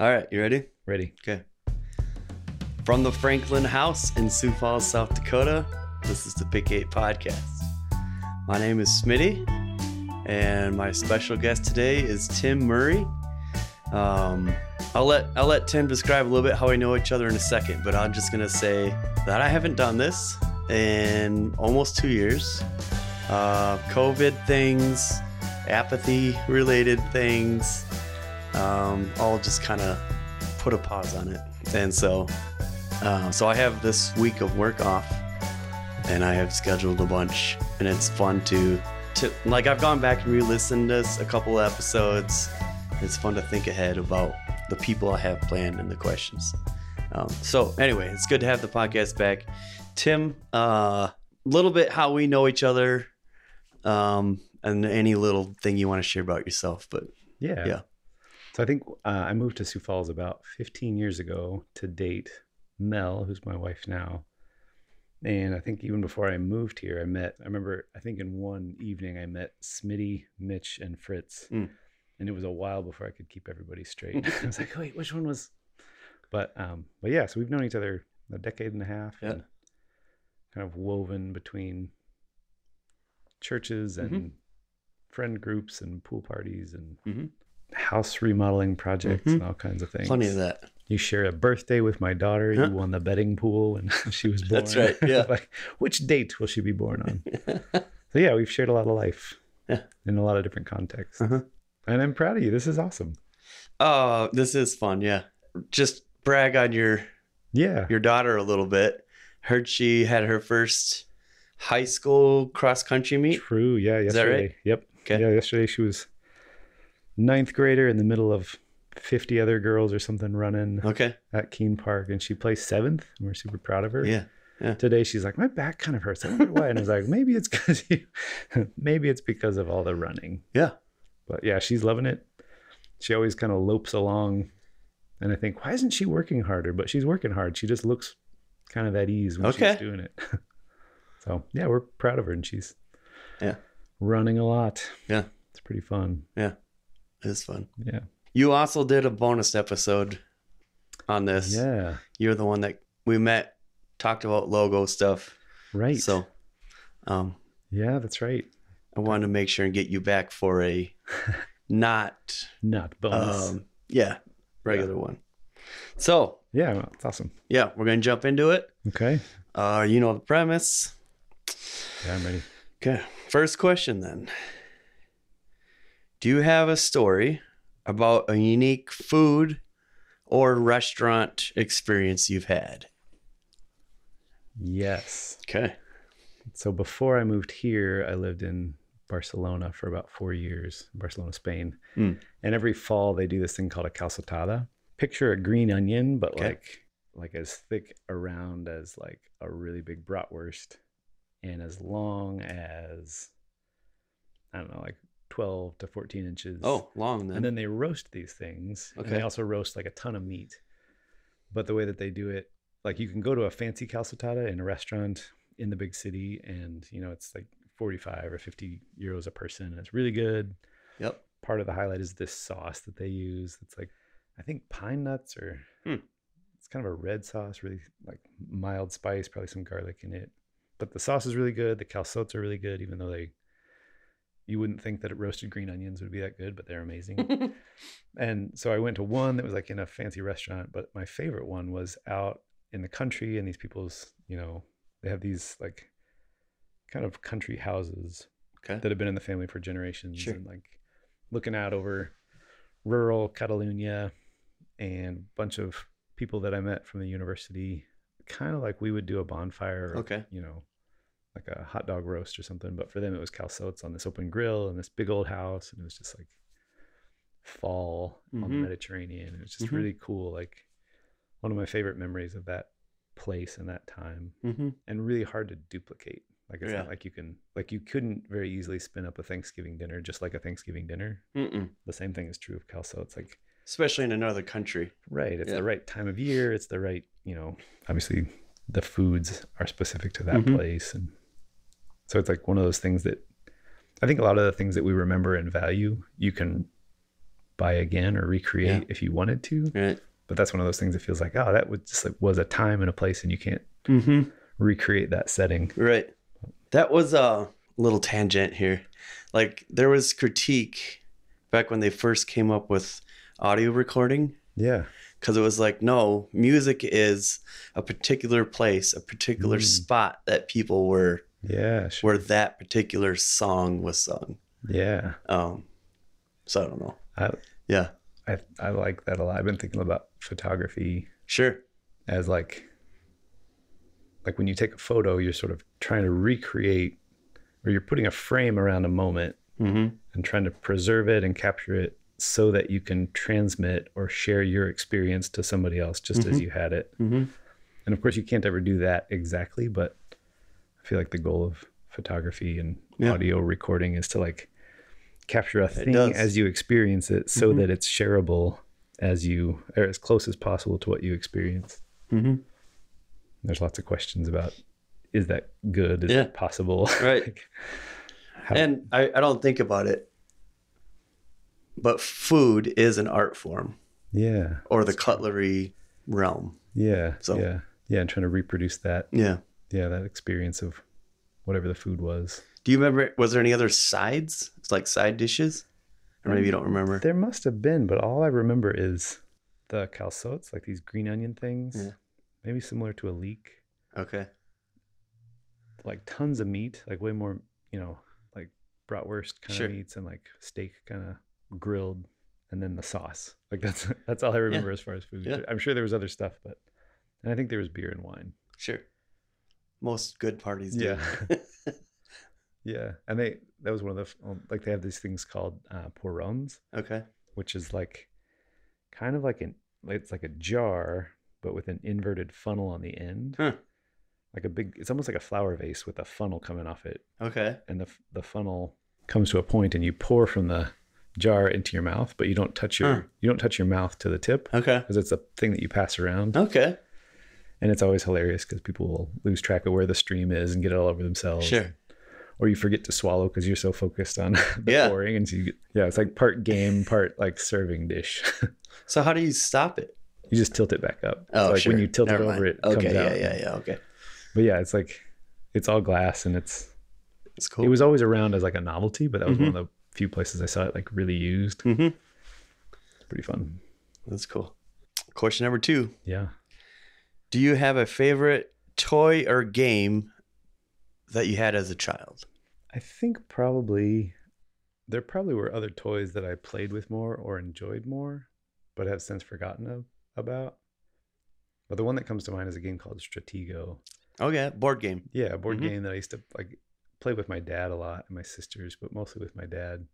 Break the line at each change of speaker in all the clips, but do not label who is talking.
All right, you ready?
Ready.
Okay. From the Franklin House in Sioux Falls, South Dakota, this is the Pick Eight Podcast. My name is Smitty, and my special guest today is Tim Murray. Um, I'll let I'll let Tim describe a little bit how we know each other in a second, but I'm just gonna say that I haven't done this in almost two years. Uh, COVID things, apathy related things, um, all just kind of put a pause on it. And so, uh, so I have this week of work off, and I have scheduled a bunch, and it's fun to, to like I've gone back and re-listened to s- a couple episodes. It's fun to think ahead about the people I have planned and the questions. Um, so anyway, it's good to have the podcast back. Tim, a uh, little bit how we know each other, um, and any little thing you want to share about yourself. But
Yeah.
Yeah.
So I think uh, I moved to Sioux Falls about 15 years ago to date Mel, who's my wife now. And I think even before I moved here, I met, I remember, I think in one evening, I met Smitty, Mitch, and Fritz.
Mm.
And it was a while before I could keep everybody straight. I was like, wait, which one was? But, um, but yeah, so we've known each other a decade and a half
Yeah.
and kind of woven between churches
Mhm.
and friend groups and pool parties and
Mhm.
house remodeling projects
Mhm.
and all kinds of things.
plenty of that.
You share a birthday with my daughter.
Huh.
You won the betting pool when she was born.
That's right, yeah.
like, which date will she be born on? so yeah, we've shared a lot of life
Yeah.
in a lot of different contexts.
Uh-huh.
And I'm proud of you. This is awesome.
Oh, this is fun. Yeah. Just brag on your
Yeah.
your daughter a little bit. Heard she had her first high school cross country meet.
True. Yeah. Yesterday.
Is that right?
Yep.
Okay.
Yeah. Yesterday she was ninth grader in the middle of 50 other girls or something running
Okay.
at Keene Park and she placed seventh and we're super proud of her.
Yeah.
today she's like my back kind of hurts i wonder why and i was like maybe it's because you maybe it's because of all the running
Yeah.
but yeah she's loving it she always kind of lopes along and i think why isn't she working harder but she's working hard she just looks kind of at ease when
Okay.
she's doing it so yeah we're proud of her and she's
Yeah.
running a lot
Yeah.
it's pretty fun
It was fun.
yeah
You also did a bonus episode on this.
yeah
You're the one that we met, talked about logo stuff.
right
So um
yeah that's right
I wanted to make sure and get you back for a not
not bonus
um yeah, regular one. So
yeah it's awesome
yeah, we're gonna jump into it.
okay
Uh you know the premise.
yeah i'm ready
Okay. First question then. Do you have a story about a unique food or restaurant experience you've had?
yes
Okay.
So before I moved here, I lived in Barcelona for about four years, Barcelona, Spain.
Mm.
And every fall they do this thing called a calçotada. Picture a green onion, but
Okay.
like like as thick around as like a really big bratwurst, and as long as I don't know, like twelve to fourteen inches.
Oh, long then.
And then they roast these things. And
Okay.
they also roast like a ton of meat. But the way that they do it, like you can go to a fancy calçotada in a restaurant in the big city and you know it's like 45 or 50 euros a person and it's really good.
yep.
Part of the highlight is this sauce that they use. It's like I think pine nuts or
Hmm.
it's kind of a red sauce, really like mild spice, probably some garlic in it. But the sauce is really good. The calçotes are really good, even though they you wouldn't think that roasted green onions would be that good, but they're amazing. And so I went to one that was like in a fancy restaurant, but my favorite one was out in the country and these people's, you know, they have these like kind of country houses
okay.
that have been in the family for generations
Sure.
and like looking out over rural Catalonia and a bunch of people that I met from the university, kind of like we would do a bonfire or
Okay.
you know, like a hot dog roast or something. But for them, it was calcettes on this open grill and this big old house, and it was just like fall on the
Mhm.
Mediterranean. It was just
Mhm.
really cool. Like one of my favorite memories of that place and that time,
hmm
and really hard to duplicate. Like it's
Yeah.
not like you can, like you couldn't very easily spin up a Thanksgiving dinner just like a Thanksgiving dinner.
Mm-mm.
The same thing is true of calcettes. Like
Especially in another country.
Right. It's
Yeah.
the right time of year. It's the right, you know, obviously the foods are specific to that
Mhm.
place. And so it's like one of those things that I think a lot of the things that we remember and value, you can buy again or recreate if you wanted to.
Right.
But that's one of those things that feels like, oh, that was just like was a time and a place, and you can't
Mm-hmm.
recreate that setting.
Right. That was a little tangent here. Like there was critique back when they first came up with audio recording
Yeah.
because it was like no, music is a particular place, a particular
Mm.
spot that people were
Yeah. Sure.
where that particular song was sung.
Yeah.
Um so I don't know.
I-
yeah.
I I like that a lot. I've been thinking about photography
Sure.
as like like when you take a photo, you're sort of trying to recreate or you're putting a frame around a moment
Mhm.
and trying to preserve it and capture it so that you can transmit or share your experience to somebody else just as you had it.
Mhm.
And of course you can't ever do that exactly, but I feel like the goal of photography and
Yeah.
audio recording is to like capture a thing
does.
as you experience it so
Mhm.
that it's shareable as you or as close as possible to what you experience.
Mhm.
mm-hmm. There's lots of questions about is that good? Is
Yeah.
that possible?
Right.
Like, how-
And I, I don't think about it. But food is an art form
yeah.
or the cutlery realm.
Yeah.
So-
yeah. Yeah. And trying to reproduce that.
Yeah.
Yeah. That experience of whatever the food was.
Do you remember? Was there any other sides? It's like side dishes, or maybe you don't remember.
Um, There must have been, but all I remember is the calzots, like these green onion things,
Yeah.
maybe similar to a leek,
Okay.
like tons of meat, like way more, you know, like bratwurst kind
Sure.
of meats and like steak kind of grilled. And then the sauce, like that's that's all I remember as far as food.
Yeah.
I'm sure there was other stuff, but and I think there was beer and wine.
Sure. Most good parties do.
Yeah. yeah. And they, that was one of the, f- um, like, they have these things called uh, porrons,
okay.
which is like kind of like an, like, it's like a jar, but with an inverted funnel on the end.
Huh.
Like a big, it's almost like a flower vase with a funnel coming off it.
Okay.
And the, f- the funnel comes to a point and you pour from the jar into your mouth, but you don't touch your,
Huh.
you don't touch your mouth to the tip
Okay.
because it's a thing that you pass around.
Okay.
And it's always hilarious because people will lose track of where the stream is and get it all over themselves.
Sure.
or you forget to swallow because you're so focused on the
Yeah.
pouring, and so you get, yeah, it's like part game, part like serving dish.
So how do you stop it?
you just tilt it back up.
Oh,
so like
sure.
when you tilt
Never
it
mind.
over, it
Okay.
comes
yeah.
out.
Yeah. Yeah. Okay.
But yeah, it's like it's all glass, and it's
It's cool.
it was always around as like a novelty, but that was one of the few places I saw it like really used.
Mhm.
It's pretty fun.
That's cool. Question number two.
Yeah.
Do you have a favorite toy or game that you had as a child?
I think probably there probably were other toys that I played with more or enjoyed more, but have since forgotten of, about. But the one that comes to mind is a game called Stratego.
Oh yeah, board game.
Yeah, a board
Mhm.
game that I used to like play with my dad a lot and my sisters, but mostly with my dad.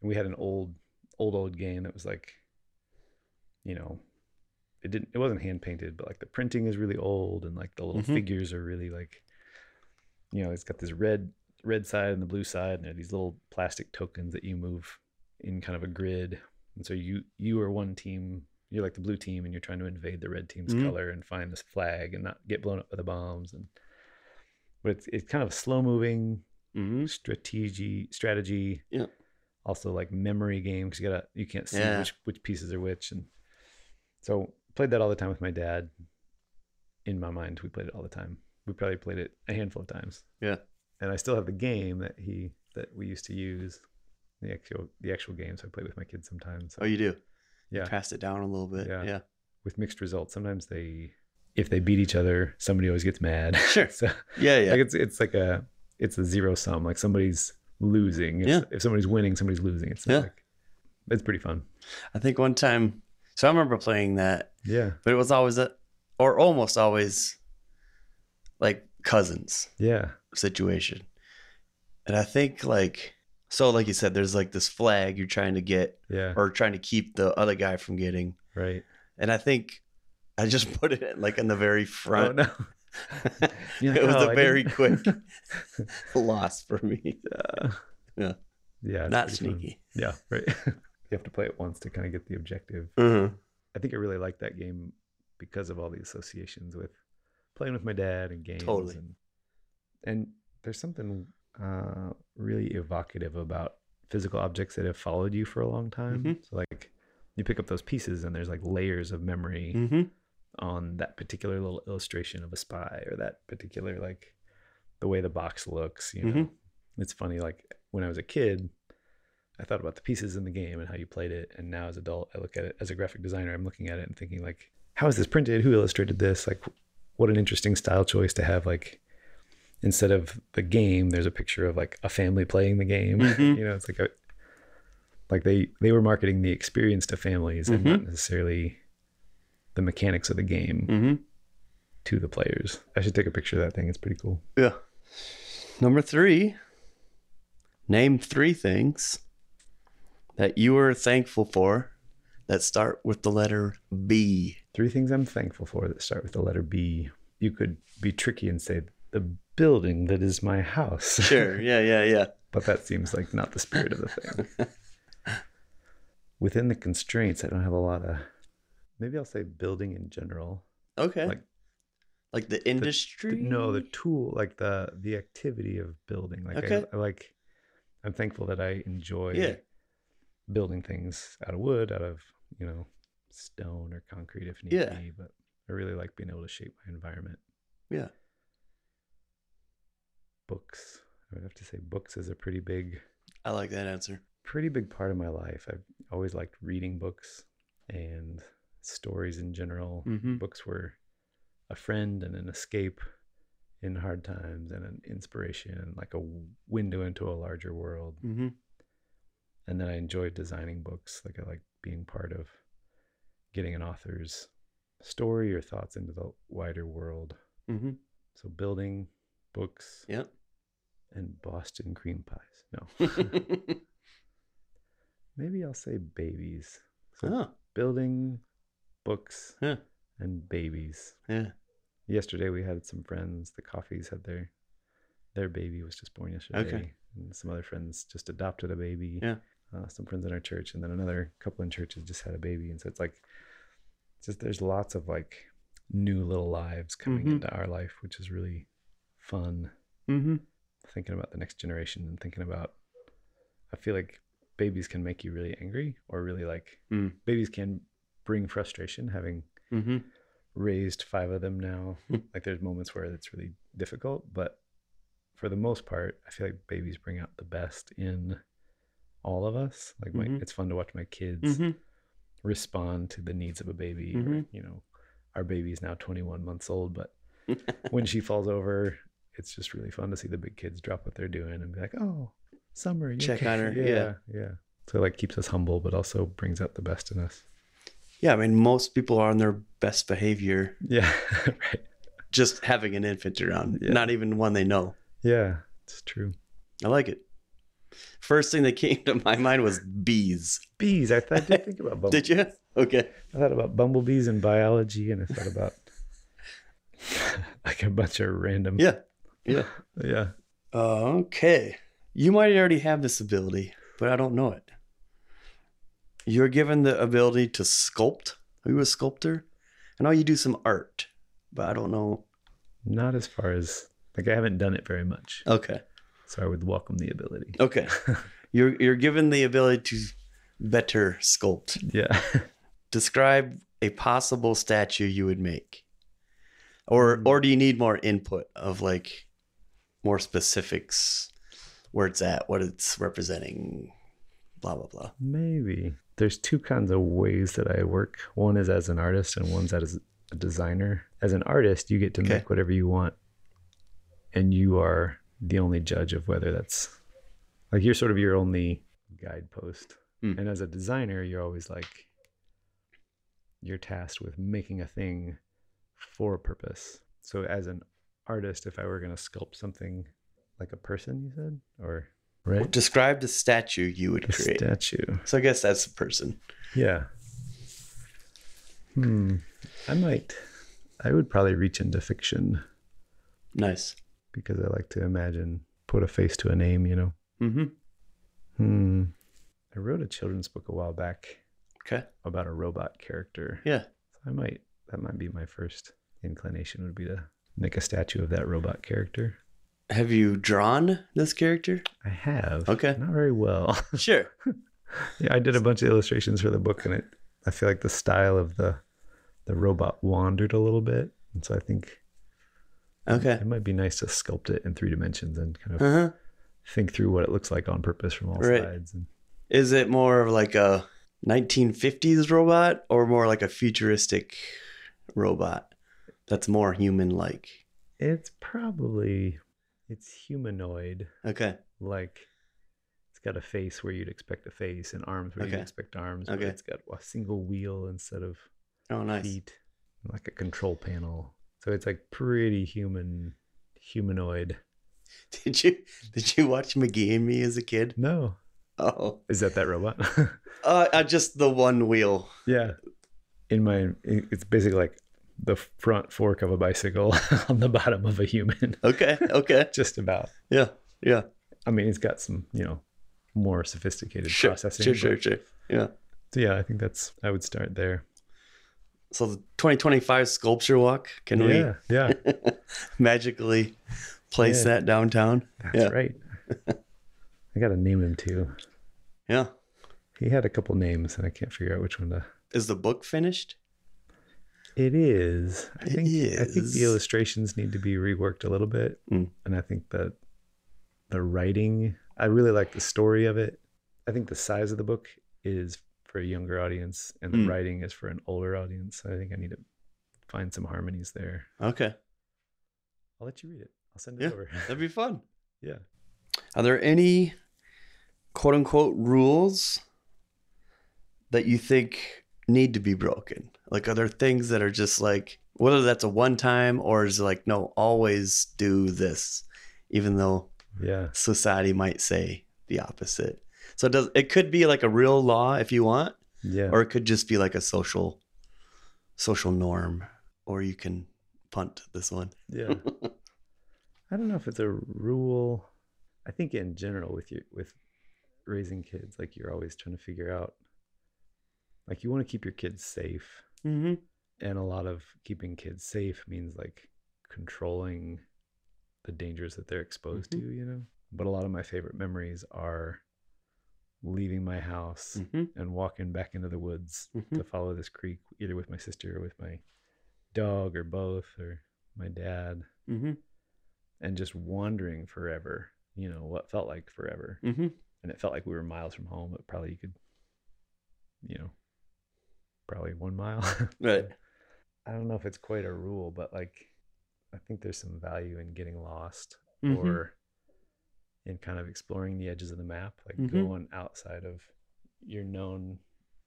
And we had an old, old, old game that was like, you know, it didn't it wasn't hand painted, but like the printing is really old and like the little
Mhm.
figures are really like, you know, it's got this red red side and the blue side, and there are these little plastic tokens that you move in kind of a grid. And so you you are one team, you're like the blue team and you're trying to invade the red team's
Mhm.
color and find this flag and not get blown up by the bombs and but it's, it's kind of slow moving
Mm-hmm.
strategy strategy
Yeah.
also like memory game because you gotta you can't see
Yeah.
which, which pieces are which and so played that all the time with my dad in my mind we played it all the time we probably played it a handful of times
Yeah.
and i still have the game that he that we used to use the actual the actual games i play with my kids sometimes
Oh, you do.
yeah
Pass it down a little bit.
Yeah.
yeah.
with mixed results sometimes they if they beat each other somebody always gets mad
Sure.
so
Yeah, yeah.
Like it's it's like a it's a zero sum. Like somebody's losing. If,
Yeah.
if somebody's winning, somebody's losing. It's not
Yeah.
like it's pretty fun.
I think one time, so I remember playing that,
Yeah.
but it was always, a, or almost always, like cousins
Yeah.
situation. And I think, like, so, like you said, there's like this flag you're trying to get
Yeah.
or trying to keep the other guy from getting.
Right.
And I think I just put it like in the very
Oh
front.
no. You're like,
it was
"Oh,
a
I
very
didn't-"
quick loss for me.
yeah. it's
Not
pretty fun.
sneaky.
Yeah. Right. you have to play it once to kind of get the objective.
Mm-hmm.
I think I really like that game because of all the associations with playing with my dad and games.
Totally.
And, and there's something uh, really evocative about physical objects that have followed you for a long time.
Mhm.
So like you pick up those pieces and there's like layers of memory
Mm-hmm.
on that particular little illustration of a spy or that particular like the way the box looks you know it's funny like when i was a kid i thought about the pieces in the game and how you played it and now as an adult i look at it as a graphic designer i'm looking at it and thinking like how is this printed who illustrated this like what an interesting style choice to have like instead of the game there's a picture of like a family playing the game
Mhm.
you know it's like a like they they were marketing the experience to families and not necessarily the mechanics of the game
Mm-hmm.
to the players. I should take a picture of that thing. It's pretty cool.
Yeah. Number three. Name three things that you are thankful for that start with the letter B.
Three things I'm thankful for that start with the letter B. You could be tricky and say the building that is my house.
Sure. Yeah. Yeah. Yeah.
but that seems like not the spirit of the thing. Within the constraints, I don't have a lot of. Maybe I'll say building in general.
Okay. Like,
Like-
the industry.
The- no, the tool, like the the activity of building. Like
Okay.
I, I like. I'm thankful that I enjoy
Yeah.
building things out of wood, out of you know stone or concrete if need
Yeah.
be. But I really like being able to shape my environment.
Yeah.
Books. I would have to say books is a pretty big,
I like that answer.
pretty big part of my life. I've always liked reading books and stories in general.
Mm-hmm.
Books were a friend and an escape in hard times and an inspiration and like a w- window into a larger world
Mm-hmm.
and then I enjoy designing books. Like I like being part of getting an author's story or thoughts into the wider world.
Mm-hmm.
So building books
Yep.
and Boston cream pies. No, maybe I'll say babies. So
oh.
building books
Yeah.
and babies.
Yeah.
Yesterday we had some friends. The coffees had their their baby was just born yesterday. And some other friends just adopted a baby.
Yeah.
Uh, some friends in our church, and then another couple in churches just had a baby. And so it's like, it's just there's lots of like new little lives coming
Mhm.
into our life, which is really fun.
Mm-hmm.
Thinking about the next generation and thinking about, I feel like babies can make you really angry or really like
Mm.
babies can bring frustration having
Mm-hmm.
raised five of them now. like there's moments where it's really difficult, but for the most part, I feel like babies bring out the best in all of us. Like my,
Mhm.
it's fun to watch my kids
Mm-hmm.
respond to the needs of a baby. Or,
Mhm.
you know, our baby's now 21 months old, but when she falls over, it's just really fun to see the big kids drop what they're doing and be like, "Oh, summer, you
Check
okay?"
on her,
yeah, yeah. So like keeps us humble, but also brings out the best in us.
Yeah. I mean, most people are on their best behavior
Yeah, right.
just having an infant around,
Yeah.
not even one they know.
Yeah, it's true.
I like it. First thing that came to my mind was bees.
bees. I, th- I did think about bumble-
Did you? Okay.
I thought about bumblebees and biology, and I thought about like a bunch of random.
Yeah. Yeah.
yeah.
Okay. You might already have this ability, but I don't know it. You're given the ability to sculpt. Are you a sculptor? I know you do some art, but I don't know.
Not as far as like I haven't done it very much,
Okay.
so I would welcome the ability.
Okay. You're you're given the ability to better sculpt.
Yeah.
Describe a possible statue you would make. Or
Hmm.
or do you need more input of like more specifics where it's at, what it's representing, blah blah blah.
Maybe there's two kinds of ways that I work. One is as an artist, and one's as a designer. As an artist, you get to
Okay.
make whatever you want, and you are the only judge of whether that's like you're sort of your only guidepost.
Hmm.
And as a designer, you're always like you're tasked with making a thing for a purpose. So as an artist, if I were going to sculpt something like a person, you said, or right,
Describe the statue you would
a
create.
statue.
so I guess that's the person.
Yeah. Hmm. I might. I would probably reach into fiction
Nice.
because I like to imagine, put a face to a name, you know.
Mm-hmm.
Hmm. I wrote a children's book a while back
Okay.
about a robot character.
Yeah.
I might. That might be my first inclination would be to make a statue of that robot character.
Have you drawn this character?
I have.
Okay.
Not very well.
Sure.
yeah, I did a bunch of illustrations for the book, and it. I feel like the style of the the robot wandered a little bit, and so I think
Okay.
it might be nice to sculpt it in three dimensions and kind of
Uh huh.
think through what it looks like on purpose from all
Right.
sides. And
Is it more of like a 1950s robot or more like a futuristic robot that's more human like?
it's probably it's humanoid,
Okay.
like it's got a face where you'd expect a face and arms where
Okay.
you'd expect arms. but
Okay.
It's got a single wheel instead of
Oh, nice.
feet, like a control panel. So it's like pretty human, humanoid.
Did you did you watch McGee and Me as a kid?
No,
Oh,
is that that robot?
uh, uh, just the one wheel.
yeah. In my, it's basically like the front fork of a bicycle on the bottom of a human.
Okay. Okay.
Just about.
yeah. Yeah.
I mean, it's got some, you know, more sophisticated
Sure.
processing.
Sure.
but-
Sure. Sure. Yeah.
So yeah, I think that's. I would start there.
So the 2025 sculpture walk. Can
yeah, yeah,
we magically place
Yeah.
that downtown?
that's
Yeah.
right. I gotta name him too.
Yeah.
He had a couple names, and I can't figure out which one to.
Is the book finished?
It is. I
It
think I think
is.
the illustrations need to be reworked a little bit.
Mm.
And I think that the writing I really like the story of it. I think the size of the book is for a younger audience and the
Mm.
writing is for an older audience. I think I need to find some harmonies there.
Okay.
I'll let you read it. I'll send it
Yeah.
over.
That'd be fun.
yeah.
Are there any quote unquote rules that you think need to be broken? Like, are there things that are just like, whether that's a one time or is it like, no, always do this, even though
Yeah.
society might say the opposite? So it does it could be like a real law if you want,
Yeah.
or it could just be like a social social norm, or you can punt this one.
Yeah. I don't know if it's a rule. I think in general with you with raising kids, like you're always trying to figure out like you want to keep your kids safe.
Mm-hmm.
And a lot of keeping kids safe means like controlling the dangers that they're exposed
Mhm.
to, you know? But a lot of my favorite memories are leaving my house
Mm-hmm.
and walking back into the woods
Mm-hmm.
to follow this creek, either with my sister or with my dog or both or my dad
Mm-hmm.
and just wandering forever, you know, what felt like forever.
Mm-hmm.
And it felt like we were miles from home, but probably you could, you know, probably one mile.
Right.
I don't know if it's quite a rule, but like, I think there's some value in getting lost
Mhm.
or in kind of exploring the edges of the map, like
Mhm.
going outside of your known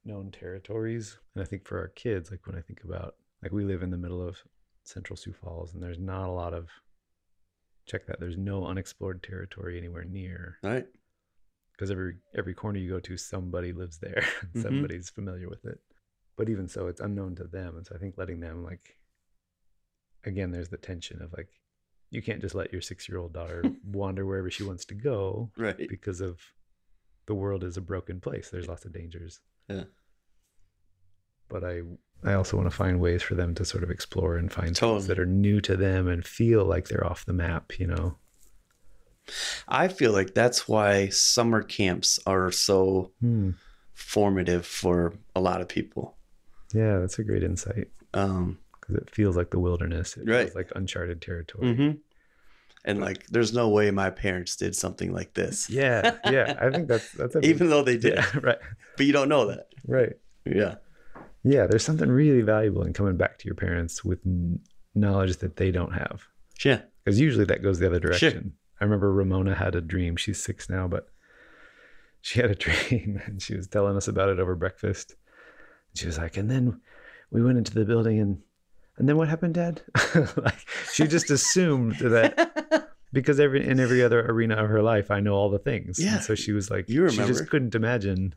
known territories. And I think for our kids, like when I think about like we live in the middle of central Sioux Falls and there's not a lot of check that there's no unexplored territory anywhere near
All right.
because every every corner you go to somebody lives there and
Mhm.
somebody's familiar with it but even so it's unknown to them and so i think letting them like again there's the tension of like you can't just let your six year old daughter wander wherever she wants to go
Right.
because of the world is a broken place there's lots of dangers
Yeah.
but i i also want to find ways for them to sort of explore and find things that
Totally.
are new to them and feel like they're off the map you know
I feel like that's why summer camps are so formative for a lot of people.
yeah that's a great insight
Um,
because it feels like the wilderness. It
Right.
feels like uncharted territory.
mhm. And like, there's no way my parents did something like this,
Yeah, yeah. I think that's that's a
even though they did.
yeah, right,
But you don't know that.
right.
Yeah.
Yeah, there's something really valuable in coming back to your parents with n- knowledge that they don't have,
Yeah.
because usually that goes the other direction. I remember Ramona had a dream. She's six now, but she had a dream and she was telling us about it over breakfast. She was like, and then we went into the building and and then what happened, Dad? like she just assumed that because every in every other arena of her life, I know all the things. And
Yeah,
so she was like,
you
she
remember.
just couldn't imagine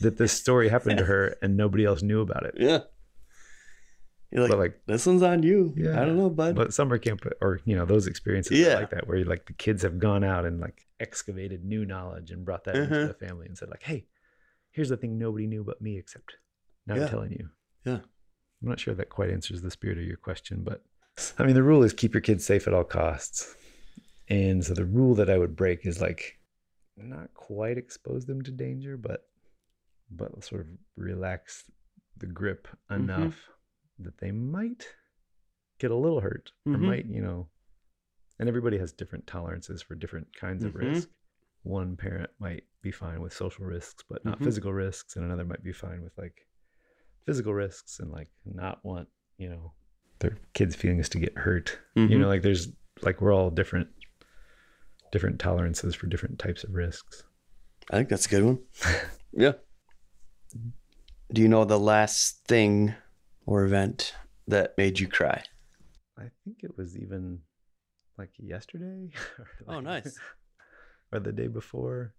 that this story happened to her and nobody else knew about it.
yeah. You're like,
but like,
this one's on you.
Yeah.
I don't know, bud.
but summer camp or you know those experiences
Yeah.
are like that where like the kids have gone out and like excavated new knowledge and brought that
Uh-huh.
into the family and said like, hey, here's the thing nobody knew but me except now
Yeah.
I'm telling you.
Yeah.
I'm not sure that quite answers the spirit of your question, but I mean the rule is keep your kids safe at all costs. And so the rule that I would break is like not quite expose them to danger, but but sort of relax the grip
Mhm.
enough that they might get a little hurt or
Mhm.
might, you know, and everybody has different tolerances for different kinds of
Mhm.
risk. One parent might be fine with social risks, but not
Mhm.
physical risks, and another might be fine with like physical risks and like not want, you know, their kids' feelings to get hurt
Mm-hmm.
you know like there's like we're all different different tolerances for different types of risks
I think that's a good one. yeah.
Mm-hmm.
Do you know the last thing or event that made you cry?
i think it was even like yesterday or,
Oh,
like-
nice.
or the day before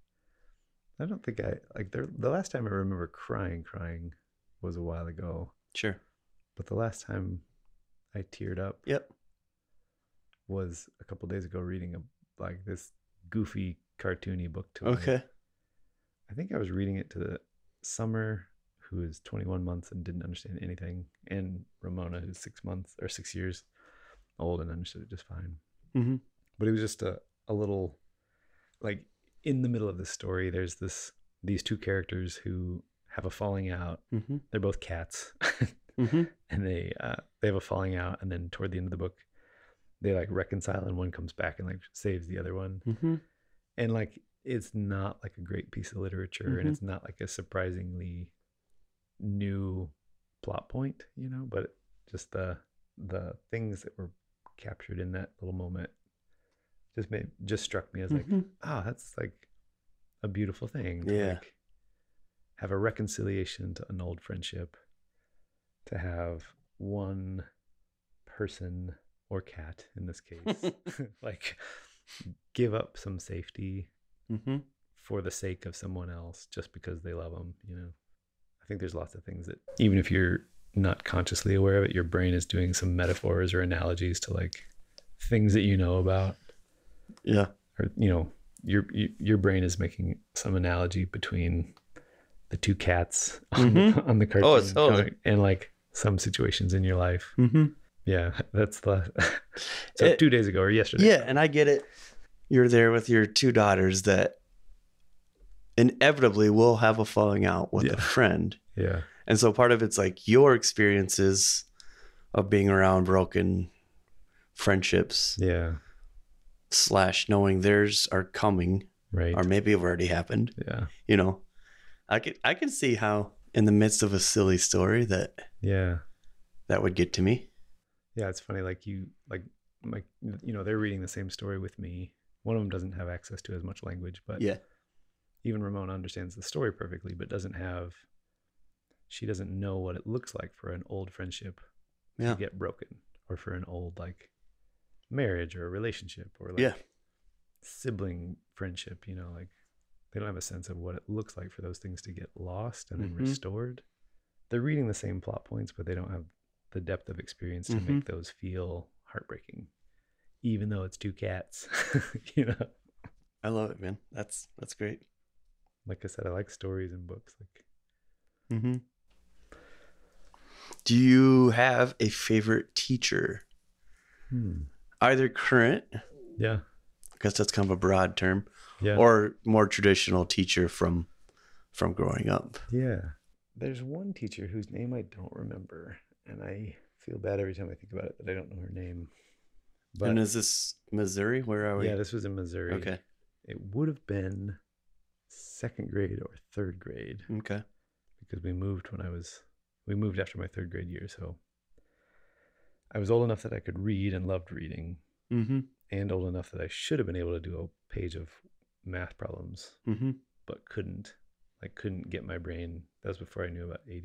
i don't think i like there, the last time i remember crying crying was a while ago
Sure.
but the last time i teared up
Yep.
was a couple days ago reading a like this goofy cartoony book to me.
Okay.
I think I was reading it to Summer, who is 21 months and didn't understand anything, and Ramona, who's six months or six years old and understood it just fine.
Mhm.
But it was just a, a little like in the middle of the story, there's this these two characters who have a falling out.
Mm-hmm.
They're both cats.
Mm-hmm.
and they uh, they have a falling out and then toward the end of the book they like reconcile and one comes back and like saves the other one
Mm-hmm.
and like it's not like a great piece of literature and
Mhm.
it's not like a surprisingly new plot point you know but just the the things that were captured in that little moment just made just struck me as like
Mm-hmm.
oh that's like a beautiful thing to
Yeah.
like have a reconciliation to an old friendship to have one person or cat in this case like give up some safety
Mm-hmm.
for the sake of someone else just because they love them you know i think there's lots of things that even if you're not consciously aware of it your brain is doing some metaphors or analogies to like things that you know about
Yeah.
or you know your y- your brain is making some analogy between the two cats on, the, on the cartoon
Oh, it's- oh,
comic and like some situations in your life
Mm-hmm.
yeah that's the so
It-
two days ago or yesterday
Yeah, and I get it. You're there with your two daughters that inevitably will have a falling out with a
Yeah.
friend.
yeah
And so part of it's like your experiences of being around broken friendships
yeah
slash knowing theirs are coming
right
or maybe have already happened,
yeah
you know. I could I could see how in the midst of a silly story that
yeah
that would get to me.
yeah it's funny like you like like you know they're reading the same story with me one of them doesn't have access to as much language but
Yeah.
even Ramona understands the story perfectly, but doesn't have, she doesn't know what it looks like for an old friendship
Yeah.
to get broken or for an old like marriage or a relationship or like
Yeah.
sibling friendship, you know, like they don't have a sense of what it looks like for those things to get lost and then
Mhm.
restored. They're reading the same plot points, but they don't have the depth of experience to
Mhm.
make those feel heartbreaking, even though it's two cats, you know.
I love it, man. That's that's great.
Like I said, I like stories and books. Like
Mm-hmm. Do you have a favorite teacher?
Hmm.
Either current,
Yeah.
because that's kind of a broad term,
Yeah.
or more traditional teacher from from growing up.
yeah. There's one teacher whose name I don't remember, and I feel bad every time I think about it that I don't know her name. But
and is this Missouri? Where are we?
yeah, this was in Missouri.
okay.
It would have been second grade or third grade
Okay.
because we moved when I was we moved after my third grade year, so I was old enough that I could read and loved reading,
Mm-hmm.
and old enough that I should have been able to do a page of math problems
Mm-hmm.
but couldn't like couldn't get my brain that was before i knew about add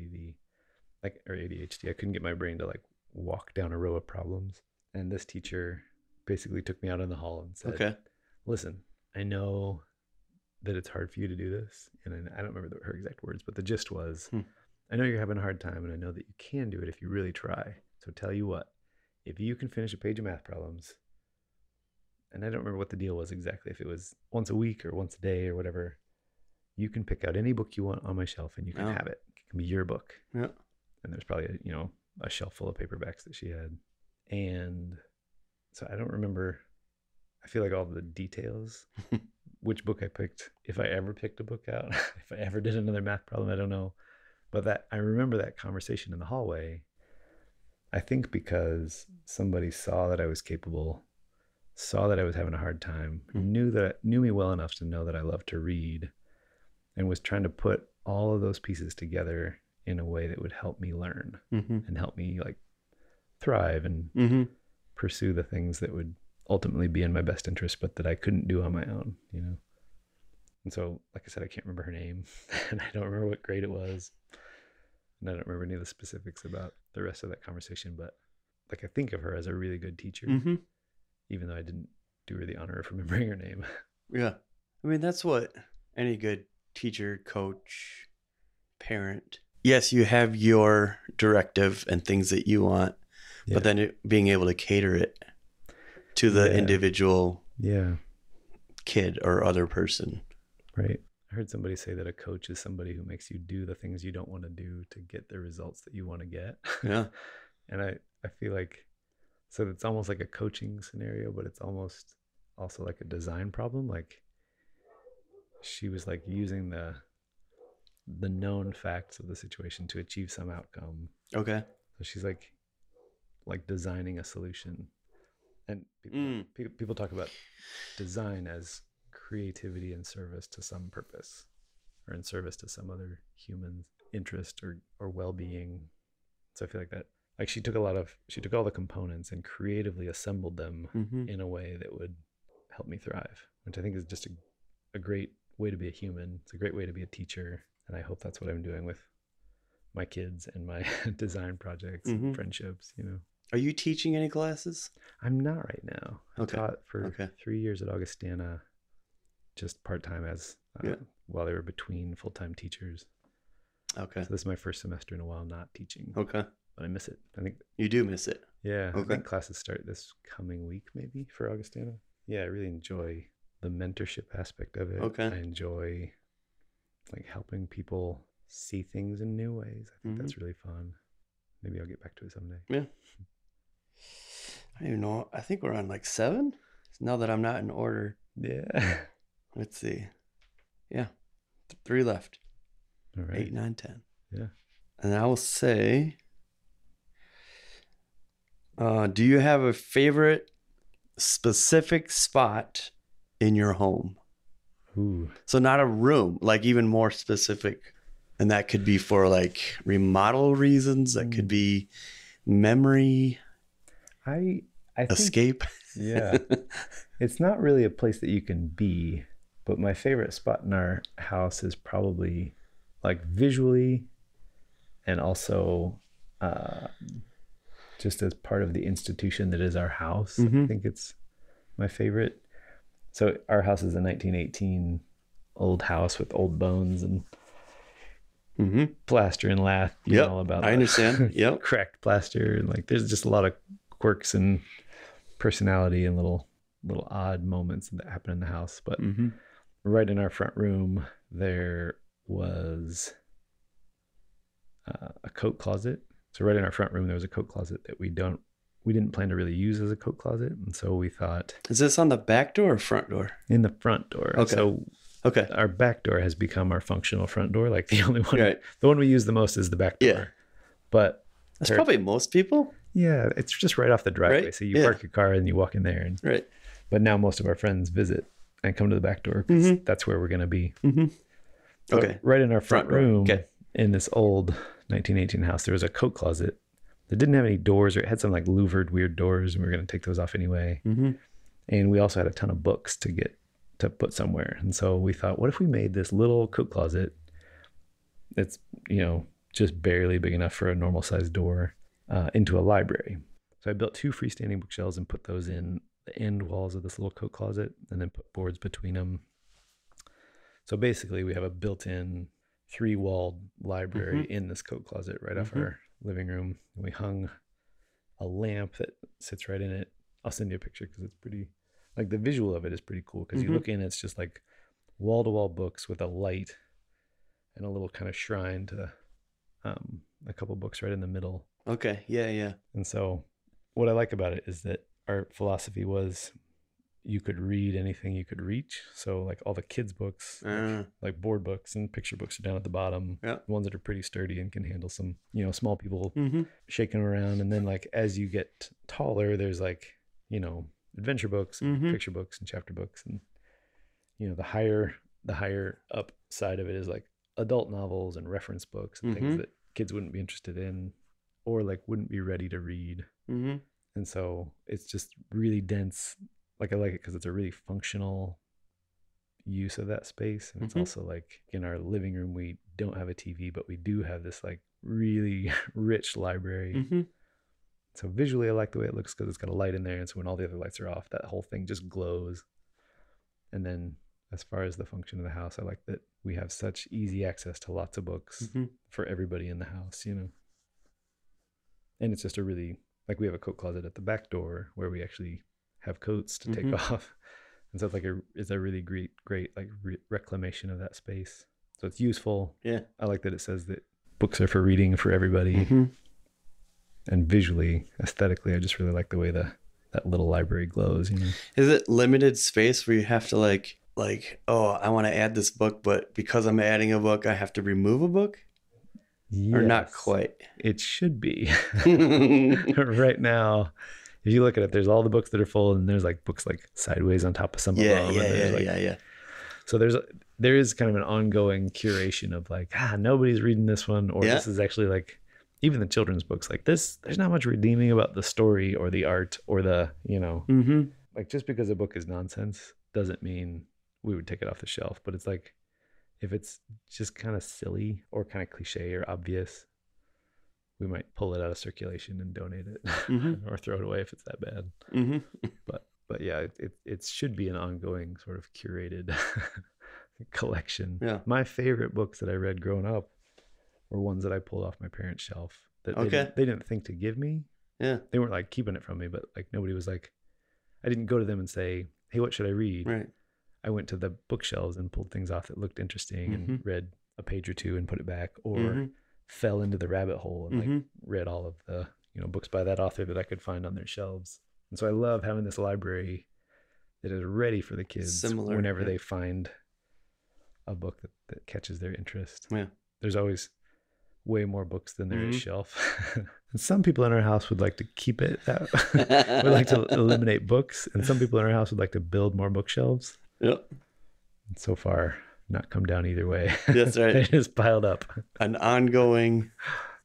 like or adhd i couldn't get my brain to like walk down a row of problems and this teacher basically took me out in the hall and said
Okay.
listen i know that it's hard for you to do this and i, I don't remember the, her exact words but the gist was
Hmm.
i know you're having a hard time and i know that you can do it if you really try so tell you what if you can finish a page of math problems and i don't remember what the deal was exactly if it was once a week or once a day or whatever you can pick out any book you want on my shelf and you can
Wow.
have it it can be your book
Yeah.
and there's probably a, you know a shelf full of paperbacks that she had and so i don't remember I feel like all the details, which book I picked, if I ever picked a book out, if I ever did another math problem, I don't know. But that I remember that conversation in the hallway. I think because somebody saw that I was capable, saw that I was having a hard time,
Hmm.
knew that knew me well enough to know that I loved to read, and was trying to put all of those pieces together in a way that would help me learn
Mm-hmm.
and help me like thrive and
Mm-hmm.
pursue the things that would ultimately be in my best interest, but that I couldn't do on my own, you know? And so, like I said, I can't remember her name and I don't remember what grade it was. And I don't remember any of the specifics about the rest of that conversation, but like I think of her as a really good teacher,
Mm-hmm.
even though I didn't do her the honor of remembering her name.
Yeah. I mean, that's what any good teacher, coach, parent. Yes, you have your directive and things that you want,
Yeah.
but then it, being able to cater it to the
Yeah.
individual
Yeah.
kid or other person.
Right. I heard somebody say that a coach is somebody who makes you do the things you don't want to do to get the results that you want to get.
Yeah.
and I, I feel like so it's almost like a coaching scenario, but it's almost also like a design problem. Like she was like using the the known facts of the situation to achieve some outcome.
Okay.
So she's like like designing a solution. And people,
Mm.
pe- people talk about design as creativity in service to some purpose or in service to some other human interest or, or well-being so i feel like that like she took a lot of she took all the components and creatively assembled them
Mm-hmm.
in a way that would help me thrive which i think is just a, a great way to be a human it's a great way to be a teacher and i hope that's what i'm doing with my kids and my design projects
Mhm.
and friendships you know
Are you teaching any classes?
I'm not right now. I
Okay.
taught for
Okay.
three years at Augustana, just part time as uh,
Yeah.
while they were between full time teachers.
Okay.
So this is my first semester in a while not teaching,
Okay.
but I miss it. I think
You do miss it.
yeah, I
Okay.
think classes start this coming week maybe for Augustana. Yeah, I really enjoy the mentorship aspect of it.
Okay.
I enjoy like helping people see things in new ways. I think
Mhm.
that's really fun. Maybe I'll get back to it someday.
I don't even know. I think we're on like seven. Now that I'm not in order,
Yeah.
let's see. Yeah. Th- Three left.
All right.
Eight, nine, ten.
Yeah.
And I will say, uh, do you have a favorite specific spot in your home?
Ooh.
So not a room, like even more specific. And that could be for like remodel reasons. That could be memory,
I I think
escape.
Yeah. it's not really a place that you can be, but my favorite spot in our house is probably like visually and also uh, just as part of the institution that is our house. I
Mhm.
think it's my favorite. So our house is a 1918 old house with old bones and
mm-hmm.
plaster and lath. You
Yep,
know all about
I
that
understand. Yep.
cracked plaster and like there's just a lot of quirks and personality and little little odd moments that happen in the house but
Mm-hmm.
right in our front room there was uh, a coat closet so right in our front room there was a coat closet that we don't we didn't plan to really use as a coat closet and so we thought
Is this on the back door or front door?
in the front door
Okay.
so
Okay.
our back door has become our functional front door like the only one
Right.
the one we use the most is the back door
Yeah.
but
That's
Sure.
probably most people.
Yeah, it's just right off the driveway.
Right?
So you
Yeah.
park your car and you walk in there. And
Right.
but now most of our friends visit and come to the back door because
Mhm.
that's where we're gonna be.
Mm-hmm.
So
Okay.
right in our
Front
front,
door.
room
Okay.
in this old 1918 house, there was a coat closet that didn't have any doors or it had some like louvered weird doors, and we were gonna take those off anyway.
Mm-hmm.
And we also had a ton of books to get to put somewhere. And so we thought, what if we made this little coat closet? It's you know just barely big enough for a normal sized door uh, into a library. So I built two freestanding bookshelves and put those in the end walls of this little coat closet, and then put boards between them. So basically, we have a built-in three-walled library in this coat closet right off
Mhm.
our living room. And we hung a lamp that sits right in it. I'll send you a picture because it's pretty, like the visual of it is pretty cool. Because
Mhm.
you look in, it's just like wall-to-wall books with a light and a little kind of shrine to um, a couple books right in the middle.
Okay. Yeah. Yeah.
And so, what I like about it is that our philosophy was you could read anything you could reach. So like all the kids' books,
Uh,
like board books and picture books are down at the bottom.
Yeah.
The ones that are pretty sturdy and can handle some, you know, small people
mhm.
shaking around. And then like as you get taller, there's like, you know, adventure books and
Mhm.
picture books and chapter books. And you know, the higher the higher up side of it is like adult novels and reference books and
Mhm.
things that kids wouldn't be interested in or like wouldn't be ready to read
Mhm.
and so it's just really dense like i like it because it's a really functional use of that space and it's
Mhm.
also like in our living room we don't have a tv but we do have this like really rich library
Mhm.
so visually i like the way it looks because it's got a light in there and so when all the other lights are off that whole thing just glows and then as far as the function of the house i like that we have such easy access to lots of books
Mhm.
for everybody in the house, you know. And it's just a really like we have a coat closet at the back door where we actually have coats to take off, and so it's like a it's a really great great like re- reclamation of that space. So it's useful.
Yeah.
I like that it says that books are for reading for everybody,
Mhm.
and visually, aesthetically, I just really like the way the that little library glows. You know,
Is it limited space where you have to like like oh I want to add this book but because I'm adding a book I have to remove a book or not
Yes,
quite?
It should be.
mhm.
right now, if you look at it, there's all the books that are full, and there's like books like sideways on top of some
Yeah,
of them.
yeah,
and there's,
yeah,
like-
yeah, yeah.
So there's there is kind of an ongoing curation of like, ah, nobody's reading this one, or
Yeah.
this is actually like even the children's books like this. There's not much redeeming about the story or the art or the you know
Mhm.
like just because a book is nonsense doesn't mean we would take it off the shelf. But it's like if it's just kind of silly or kind of cliche or obvious, we might pull it out of circulation and donate it
Mhm.
or throw it away if it's that bad.
Mhm.
But but yeah, it it, it should be an ongoing sort of curated collection.
Yeah.
My favorite books that I read growing up were ones that I pulled off my parents' shelf that they,
Okay.
didn't, they didn't think to give me.
Yeah.
They weren't like keeping it from me, but like nobody was like, I didn't go to them and say, "Hey, what should I read?"
Right.
I went to the bookshelves and pulled things off that looked interesting and read a page or two and put it back, or
Mhm.
fell into the rabbit hole and like
Mhm.
read all of the you know books by that author that I could find on their shelves. And so I love having this library that is ready for the kids
Similar,
whenever
yeah.
they find a book that, that catches their interest.
Yeah.
There's always way more books than there is
Mhm.
shelf. and some people in our house would like to keep it that would like to eliminate books. And some people in our house would like to build more bookshelves.
Yep.
And so far not come down either way.
That's right.
they just piled up.
An ongoing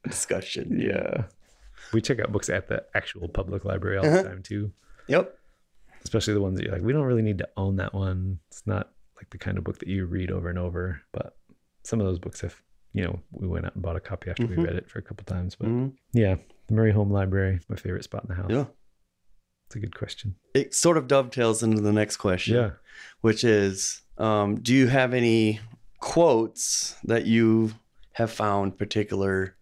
discussion.
Yeah. We check out books at the actual public library all the
Uh-huh.
time too.
Yep.
Especially the ones that you're like, we don't really need to own that one. It's not like the kind of book that you read over and over. But some of those books have you know, we went out and bought a copy after we
Mhm.
read it for a couple times. But
Mhm.
yeah, the Murray Home Library, is my favorite spot in the house.
Yeah.
It's a good question.
It sort of dovetails into the next question.
Yeah.
which is um, do you have any quotes that you have found particular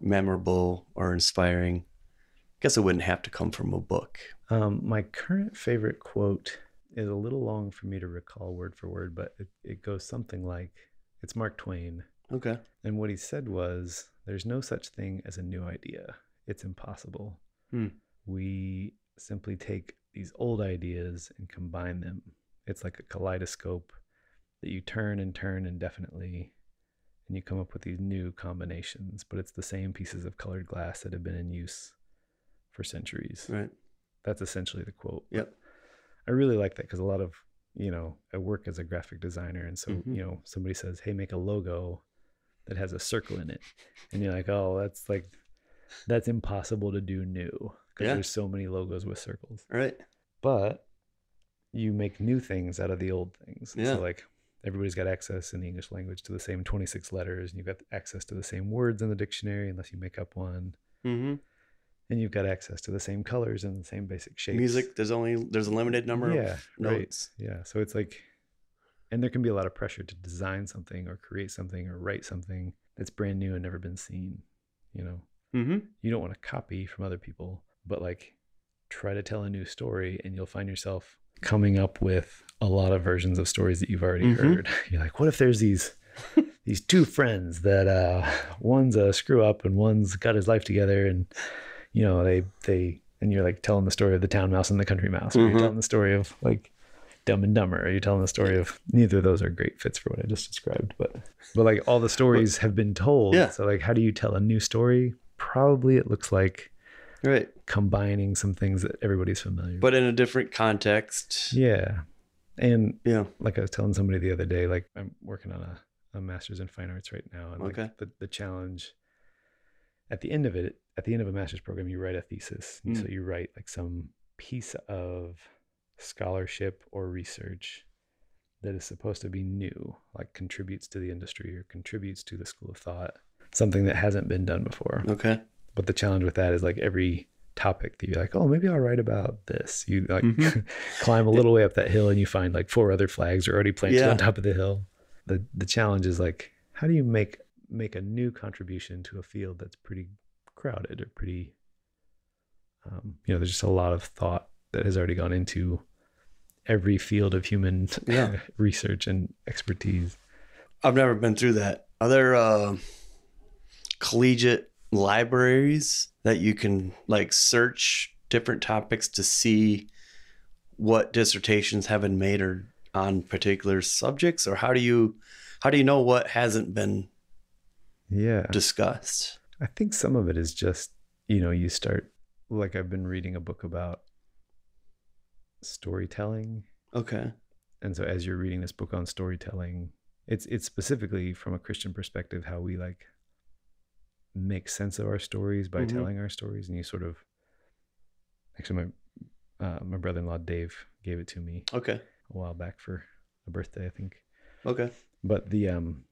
memorable or inspiring guess it wouldn't have to come from a book
Um, my current favorite quote is a little long for me to recall word for word, but it, it goes something like it's Mark Twain.
okay
And what he said was, there's no such thing as a new idea. It's impossible.
Hmm.
We simply take these old ideas and combine them. It's like a kaleidoscope that you turn and turn indefinitely, and you come up with these new combinations, but it's the same pieces of colored glass that have been in use for centuries.
right
That's essentially the quote. but
Yep.
I really like that because a lot of, you know, I work as a graphic designer. And so,
Mhm.
you know, somebody says, hey, make a logo that has a circle in it. And you're like, oh, that's like, that's impossible to do new because
Yeah.
there's so many logos with circles.
right
But you make new things out of the old things.
Yeah.
So, like, everybody's got access in the English language to the same 26 letters, and you've got access to the same words in the dictionary unless you make up one.
mm-hmm.
And you've got access to the same colors and the same basic shapes.
music there's only there's a limited number
yeah,
of notes
yeah. So it's like, and there can be a lot of pressure to design something or create something or write something that's brand new and never been seen. You know,
mm-hmm.
you don't want to copy from other people, but like try to tell a new story and you'll find yourself coming up with a lot of versions of stories that you've already
Mhm.
heard. You're like, what if there's these these two friends that uh one's a screw up and one's got his life together and you know, they they and you're like telling the story of the town mouse and the country mouse, or
Mhm.
you're telling the story of like Dumb and Dumber, or you're telling the story of neither of those are great fits for what I just described, but but like all the stories have been told.
Yeah.
So like how do you tell a new story? Probably it looks like
Right.
combining some things that everybody's familiar
But in a different context.
with. Yeah. And
Yeah.
like I was telling somebody the other day, like I'm working on a, a master's in fine arts right now. And like
Okay.
the, the challenge at the end of it, at the end of a master's program, you write a thesis. And
Mm.
So you write like some piece of scholarship or research that is supposed to be new, like contributes to the industry or contributes to the school of thought, something that hasn't been done before.
Okay.
But the challenge with that is like every topic that you're like, oh, maybe I'll write about this. You like
Mhm.
climb a little way up that hill and you find like four other flags are already planted
Yeah.
on top of the hill. The the challenge is like, how do you make make a new contribution to a field that's pretty crowded or pretty um, you know, there's just a lot of thought that has already gone into every field of human
Yeah.
research and expertise.
I've never been through that. Are there uh, collegiate libraries that you can like search different topics to see what dissertations have been made or on particular subjects, or how do you how do you know what hasn't been
Yeah.
discussed?
I think some of it is just, you know, you start like I've been reading a book about storytelling.
Okay.
And so as you're reading this book on storytelling, it's it's specifically from a Christian perspective how we like make sense of our stories by
Mhm.
telling our stories and you sort of actually my uh, my brother-in-law Dave gave it to me
Okay.
a while back for a birthday, I think
Okay.
but the um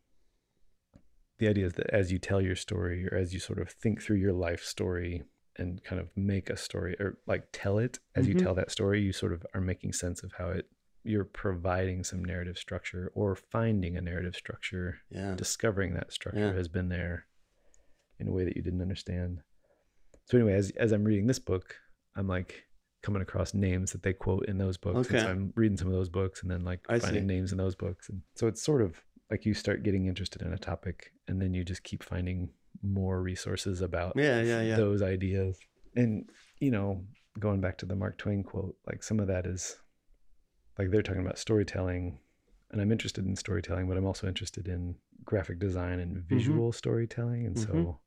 the idea is that as you tell your story or as you sort of think through your life story and kind of make a story or like tell it as
Mhm.
you tell that story you sort of are making sense of how it you're providing some narrative structure or finding a narrative structure
Yeah.
discovering that structure
Yeah.
has been there in a way that you didn't understand. So anyway, as as I'm reading this book, I'm like coming across names that they quote in those books. And
Okay.
so I'm reading some of those books and then like
I
finding
see.
names in those books. And so it's sort of like you start getting interested in a topic and then you just keep finding more resources about
Yeah, yeah, yeah.
those ideas. And you know, going back to the Mark Twain quote, like some of that is like they're talking about storytelling and I'm interested in storytelling, but I'm also interested in graphic design and visual storytelling. And
Mhm.
so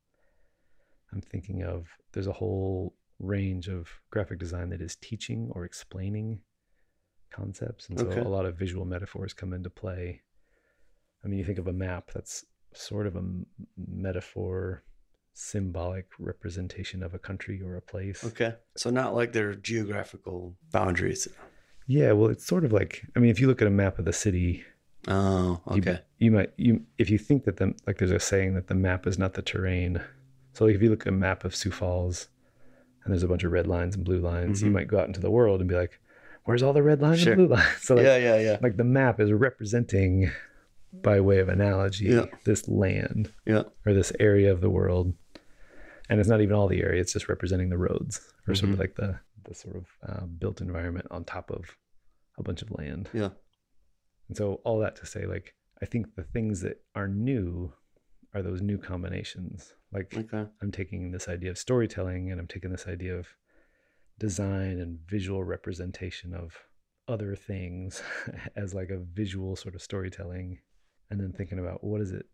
I'm thinking of there's a whole range of graphic design that is teaching or explaining concepts. And so
Okay.
a lot of visual metaphors come into play. I mean, you think of a map that's sort of a m- metaphor, symbolic representation of a country or a place.
Okay. So not like their geographical boundaries.
Yeah, well, it's sort of like, I mean, if you look at a map of the city,
Oh,
you-
okay.
You, might you if you think that the like there's a saying that the map is not the terrain. So like if you look at a map of Sioux Falls and there's a bunch of red lines and blue lines,
Mhm.
you might go out into the world and be like, Where's all the red lines
Sure.
and blue lines? So like,
yeah, yeah, yeah.
like the map is representing by way of analogy
Yeah.
this land
Yeah.
or this area of the world. And it's not even all the area, it's just representing the roads or sort
Mhm.
of like the, the sort of uh, built environment on top of a bunch of land.
Yeah.
And so, all that to say, like, I think the things that are new are those new combinations. Like,
Okay.
I'm taking this idea of storytelling and I'm taking this idea of design and visual representation of other things as like a visual sort of storytelling and then thinking about what is it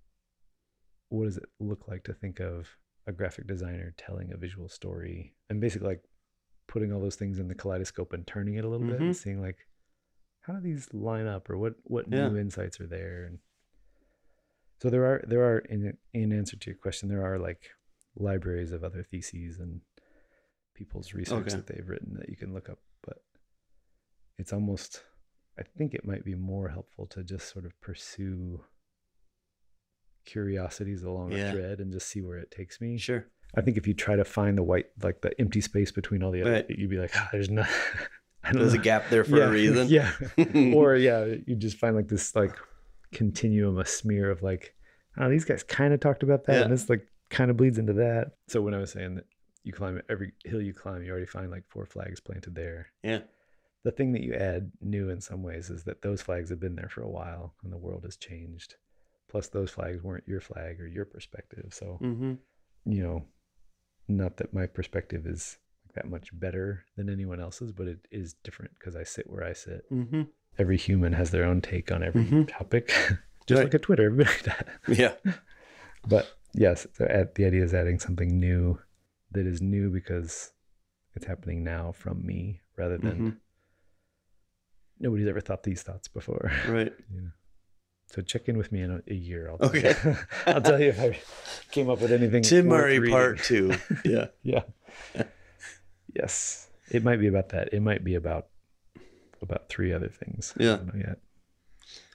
what does it look like to think of a graphic designer telling a visual story and basically like putting all those things in the kaleidoscope and turning it a little bit and seeing like how do these line up or what what
Yeah.
new insights are there and so there are there are in in answer to your question there are like libraries of other theses and people's research
Okay.
that they've written that you can look up but it's almost i think it might be more helpful to just sort of pursue curiosities along
Yeah.
a thread and just see where it takes me
Sure.
i think if you try to find the white like the empty space between all the other
Right.
you'd be like "Ah, there's not i don't
There's a
know
gap there for
yeah,
a reason.
yeah or yeah, you just find like this like continuum, a smear of like, oh, these guys kind of talked about that, and
Yeah.
this like kind of bleeds into that. So when I was saying that you climb every hill you climb, you already find like four flags planted there.
Yeah.
The thing that you add new in some ways is that those flags have been there for a while, and the world has changed. Plus, those flags weren't your flag or your perspective, so
hmm
you know, not that my perspective is that much better than anyone else's, but it is different because I sit where I sit.
Mm-hmm.
Every human has their own take on every
Mhm.
topic, just
Right.
like a Twitter. Everybody does.
Yeah.
But yes, so at, the idea is adding something new that is new because it's happening now from me rather than
Mhm.
nobody's ever thought these thoughts before.
Right.
So check in with me in a, a year. I'll
Okay.
Tell you. I'll tell you if I came up with anything.
Tim
worth
Murray
reading.
part two. Yeah.
Yeah. yes. It might be about that. It might be about about three other things. I
Yeah.
don't know yet.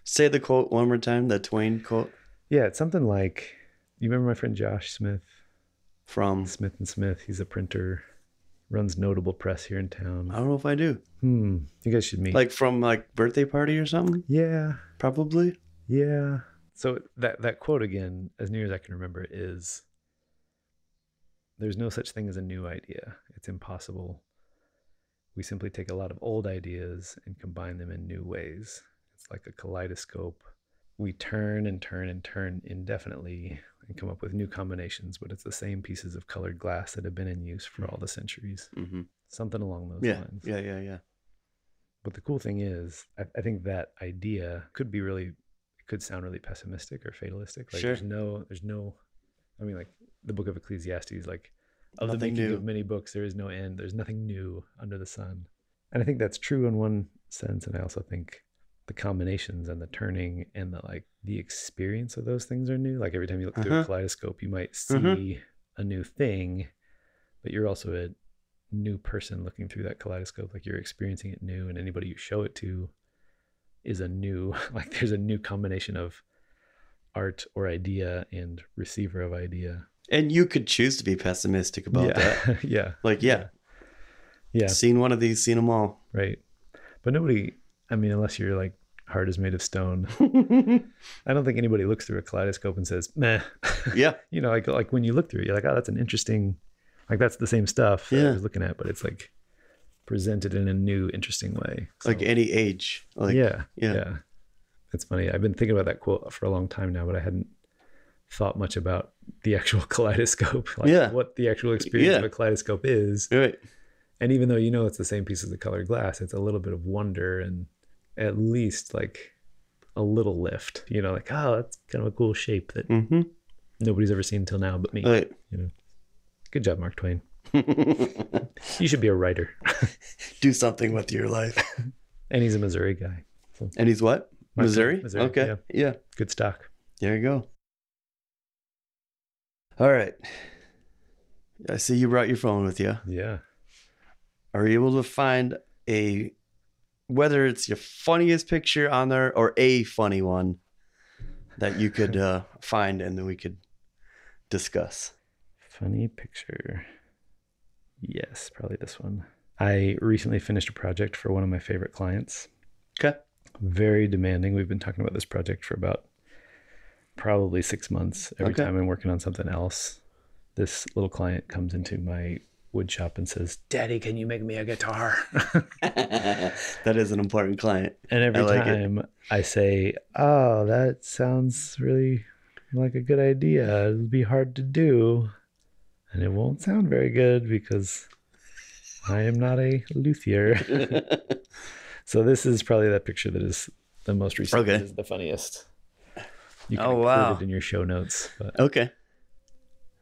Say the quote one more time. That Twain quote
Yeah. It's something like you remember my friend Josh Smith.
from.
Smith and Smith. He's a printer, runs notable press here in town.
I don't know if I do.
Hmm. You guys should meet.
Oh. Like from like birthday party or something.
yeah,
Probably.
yeah. So that that quote again, as near as I can remember, is there's no such thing as a new idea. It's impossible. We simply take a lot of old ideas and combine them in new ways. It's like a kaleidoscope. We turn and turn and turn indefinitely and come up with new combinations, but it's the same pieces of colored glass that have been in use for all the centuries.
Mm-hmm.
Something along those
Yeah.
lines.
Yeah. Yeah. Yeah.
But the cool thing is, I, I think that idea could be really, it could sound really pessimistic or fatalistic. Like there's
Sure.
no, there's no, I mean, like the book of Ecclesiastes, like of the
Nothing
making
new.
of many books, there is no end. There's nothing new under the sun. And I think that's true in one sense. And I also think the combinations and the turning and the like, the experience of those things are new. Like every time you look through a
Uh-huh.
kaleidoscope, you might see
Mhm.
a new thing, but you're also a new person looking through that kaleidoscope like you're experiencing it new and anybody you show it to is a new like there's a new combination of art or idea and receiver of idea
And you could choose to be pessimistic about
yeah
that.
yeah
Like, yeah,
yeah
seen one of these, seen them all.
right but nobody i mean unless you're like heart is made of stone i don't think anybody looks through a kaleidoscope and says meh
yeah.
you know, like like when you look through it, you're like, oh, that's an interesting, like that's the same stuff that
Yeah.
I was looking at, but it's like presented in a new, interesting way. So,
Like any age. Like,
yeah,
yeah.
yeah, It's funny. I've been thinking about that quote for a long time now, but I hadn't thought much about the actual kaleidoscope, like
Yeah.
what the actual experience of
Yeah.
a kaleidoscope is.
Right.
And even though you know it's the same pieces of colored glass, it's a little bit of wonder and at least like a little lift. You know, like oh, that's kind of a cool shape that
Mm-hmm.
nobody's ever seen until now, but me.
Right.
Good job, Mark Twain. You should be a writer.
Do something with your life.
And he's a Missouri guy.
And he's what?
Mark-
Missouri?
Missouri,
Okay.
yeah.
yeah.
Good stock.
There you go. All right. I see you brought your phone with you.
Yeah.
Are you able to find a whether it's your funniest picture on there or a funny one that you could uh, find and then we could discuss?
Funny picture. Yes, probably this one. I recently finished a project for one of my favorite clients.
Okay.
Very demanding. We've been talking about this project for about probably six months. Every
Okay.
time I'm working on something else, this little client comes into my wood shop and says, Daddy, can you make me a guitar?
that is an important client.
And every
I like it.
time I say, "Oh, that sounds really like a good idea. It'll be hard to do, and it won't sound very good because I am not a luthier." so this is probably that picture that is the most recent.
Okay.
It is the funniest. You can
Oh,
include
wow.
it in your show notes. But,
Okay.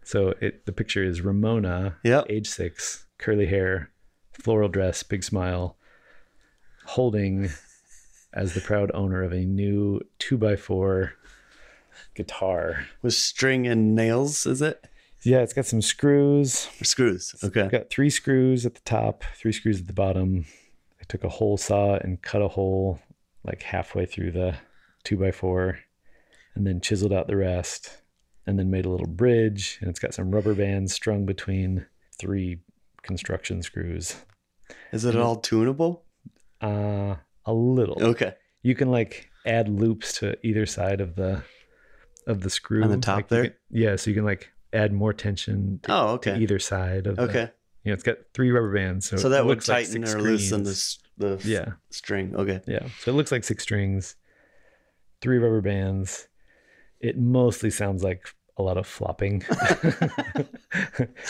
so it the picture is Ramona,
Yep.
age six, curly hair, floral dress, big smile, holding as the proud owner of a new two by four guitar.
With string and nails, is it?
Yeah, it's got some screws.
Or screws. Okay.
It's got three screws at the top, three screws at the bottom. I took a hole saw and cut a hole like halfway through the two by four and then chiseled out the rest and then made a little bridge and it's got some rubber bands strung between three construction screws.
Is it all tunable?
Uh a little.
Okay.
You can like add loops to either side of the of the screw.
On the top
Like, you
there?
can- yeah, so you can like add more tension to
Oh, okay.
either side of the-
Okay.
you know, it's got three rubber bands, so
So
it
that would
looks like
tighten
six
or loosen the,
screens.
s- the f-
Yeah,
string. Okay.
yeah. So it looks like six strings, three rubber bands. It mostly sounds like a lot of flopping.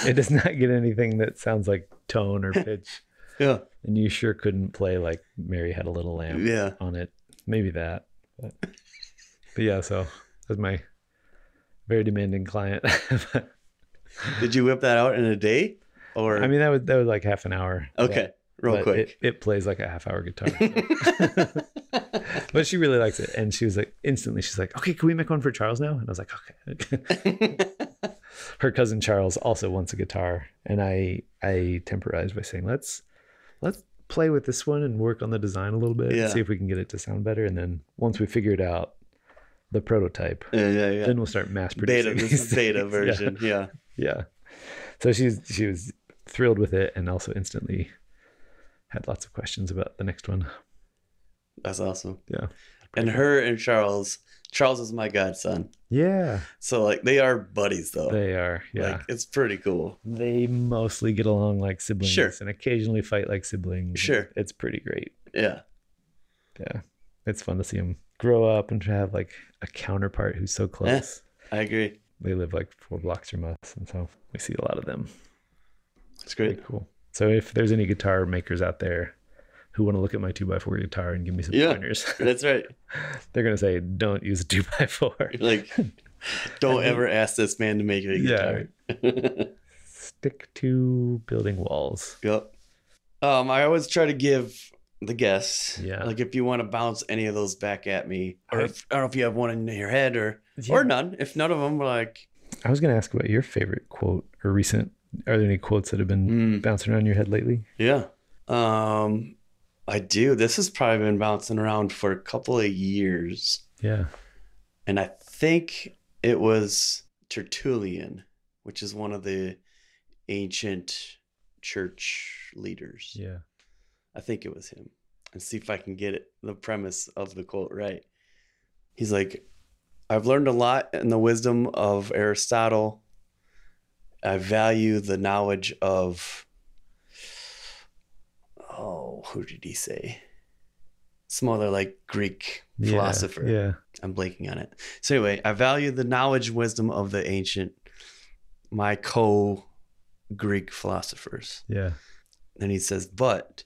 it does not get anything that sounds like tone or pitch.
Yeah.
And you sure couldn't play like Mary Had a Little Lamb
Yeah.
on it. Maybe that. But, but yeah, so that's my very demanding client.
Did you whip that out in a day? Or
I mean, that was that was like half an hour. but-
okay, real
but
quick.
It, it plays like a half hour guitar. so. but she really likes it, and she was like, instantly, she's like, "Okay, can we make one for Charles now?" And I was like, "Okay." Her cousin Charles also wants a guitar, and I I temporized by saying, "Let's let's play with this one and work on the design a little bit,
Yeah.
and see if we can get it to sound better, and then once we figure it out, the prototype."
yeah, yeah, yeah.
Then we'll start mass
beta,
producing.
this is
these
beta
things. Yeah.
version. Yeah.
Yeah. So she's she was thrilled with it and also instantly had lots of questions about the next one.
That's awesome.
Yeah.
And her and Charles, Charles is my godson.
Yeah.
So like they are buddies though.
They are. Yeah.
Like it's pretty cool.
they mostly get along like siblings
Sure.
and occasionally fight like siblings.
Sure.
It's pretty great.
Yeah.
Yeah. It's fun to see them grow up and to have like a counterpart who's
Eh.
so close.
I agree.
They live like four blocks from us. And so we see a lot of them.
It's great.
Pretty cool. So if there's any guitar makers out there who want to look at my two by four guitar and give me some
Yeah.
pointers,
That's right.
they're gonna say, "Don't use a two by four.
Like don't ever ask this man to make it a guitar.
Stick to building walls."
Yep. Um, I always try to give the guests.
Yeah.
Like if you want to bounce any of those back at me, or
I-
if, I don't know if you have one in your head or or none. If none of them, like
I was gonna ask about your favorite quote or recent. Are there any quotes that have been
mm,
bouncing around your head lately?
yeah. Um, I do. This has probably been bouncing around for a couple of years,
Yeah.
and I think it was Tertullian, which is one of the ancient church leaders.
Yeah.
I think it was him. And see if I can get it, the premise of the quote right. He's like, I've learned a lot in the wisdom of Aristotle. I value the knowledge of, oh, who did he say? Some other like Greek philosopher.
Yeah.
I'm blanking on it. So anyway, I value the knowledge wisdom of the ancient, my co Greek philosophers.
Yeah.
Then he says, But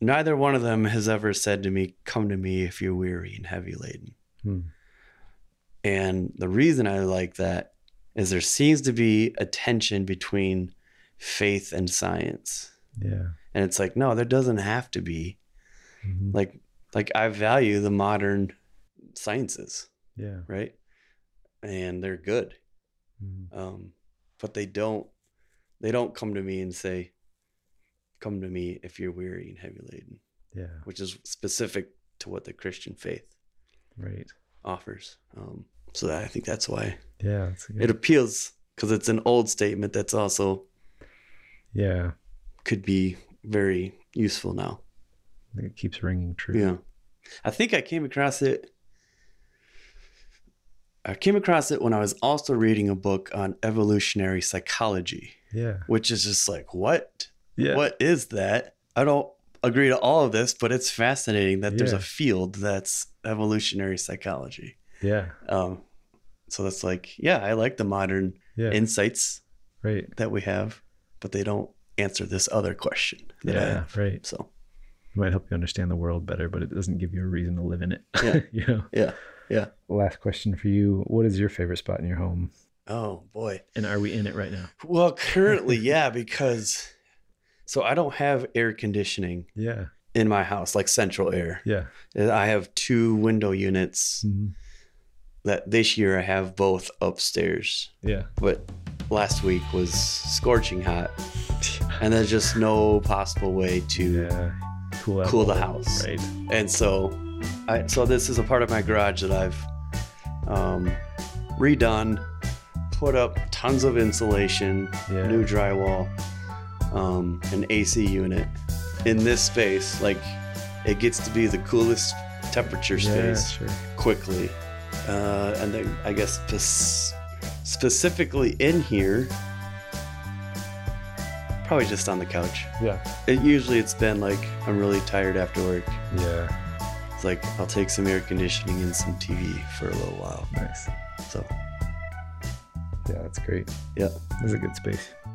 neither one of them has ever said to me, Come to me if you're weary and heavy laden.
Hmm.
And the reason I like that is there seems to be a tension between faith and science.
Yeah.
And it's like, no, there doesn't have to be.
Mhm.
Like, like I value the modern sciences,
Yeah.
right? And they're good.
Mhm.
Um, but they don't they don't come to me and say, Come to me if you're weary and heavy laden.
Yeah.
which is specific to what the Christian faith
Right.
offers. Um, so that, I think that's why
Yeah. That's a good-
it appeals because it's an old statement that's also
yeah.
could be very useful now.
It keeps ringing true.
Yeah, I think I came across it. I came across it when I was also reading a book on evolutionary psychology,
Yeah.
which is just like what
Yeah.
what is that? I don't agree to all of this, but it's fascinating that there's a
Yeah.
field that's evolutionary psychology.
Yeah.
Um, so that's like, yeah, I like the modern
Yeah.
insights
right.
that we have, but they don't answer this other question. That I
Yeah.
have.
Right.
So
It might help you understand the world better, but it doesn't give you a reason to live in it.
Yeah.
you know?
Yeah. Yeah.
Last question for you. What is your favorite spot in your home?
oh boy.
And are we in it right now?
Well, currently, yeah, because so I don't have air conditioning
Yeah.
in my house, like central air.
Yeah. Mm-hmm.
I have two window units that this year I have both upstairs.
Yeah.
But last week was scorching hot. And there's just no possible way to
Yeah. Cool. out
cool the
all-
house.
Right.
and so I so this is a part of my garage that I've um, redone, put up tons of insulation,
Yeah.
new drywall, um, an AC unit in this space. Like it gets to be the coolest temperature
Yeah,
space
sure.
quickly, uh, and then I guess spec- specifically in here, probably just on the couch.
Yeah.
It usually it's been like I'm really tired after work.
Yeah.
It's like I'll take some air conditioning and some TV for a little while.
Nice.
So
Yeah, that's great.
Yeah.
This is a good space.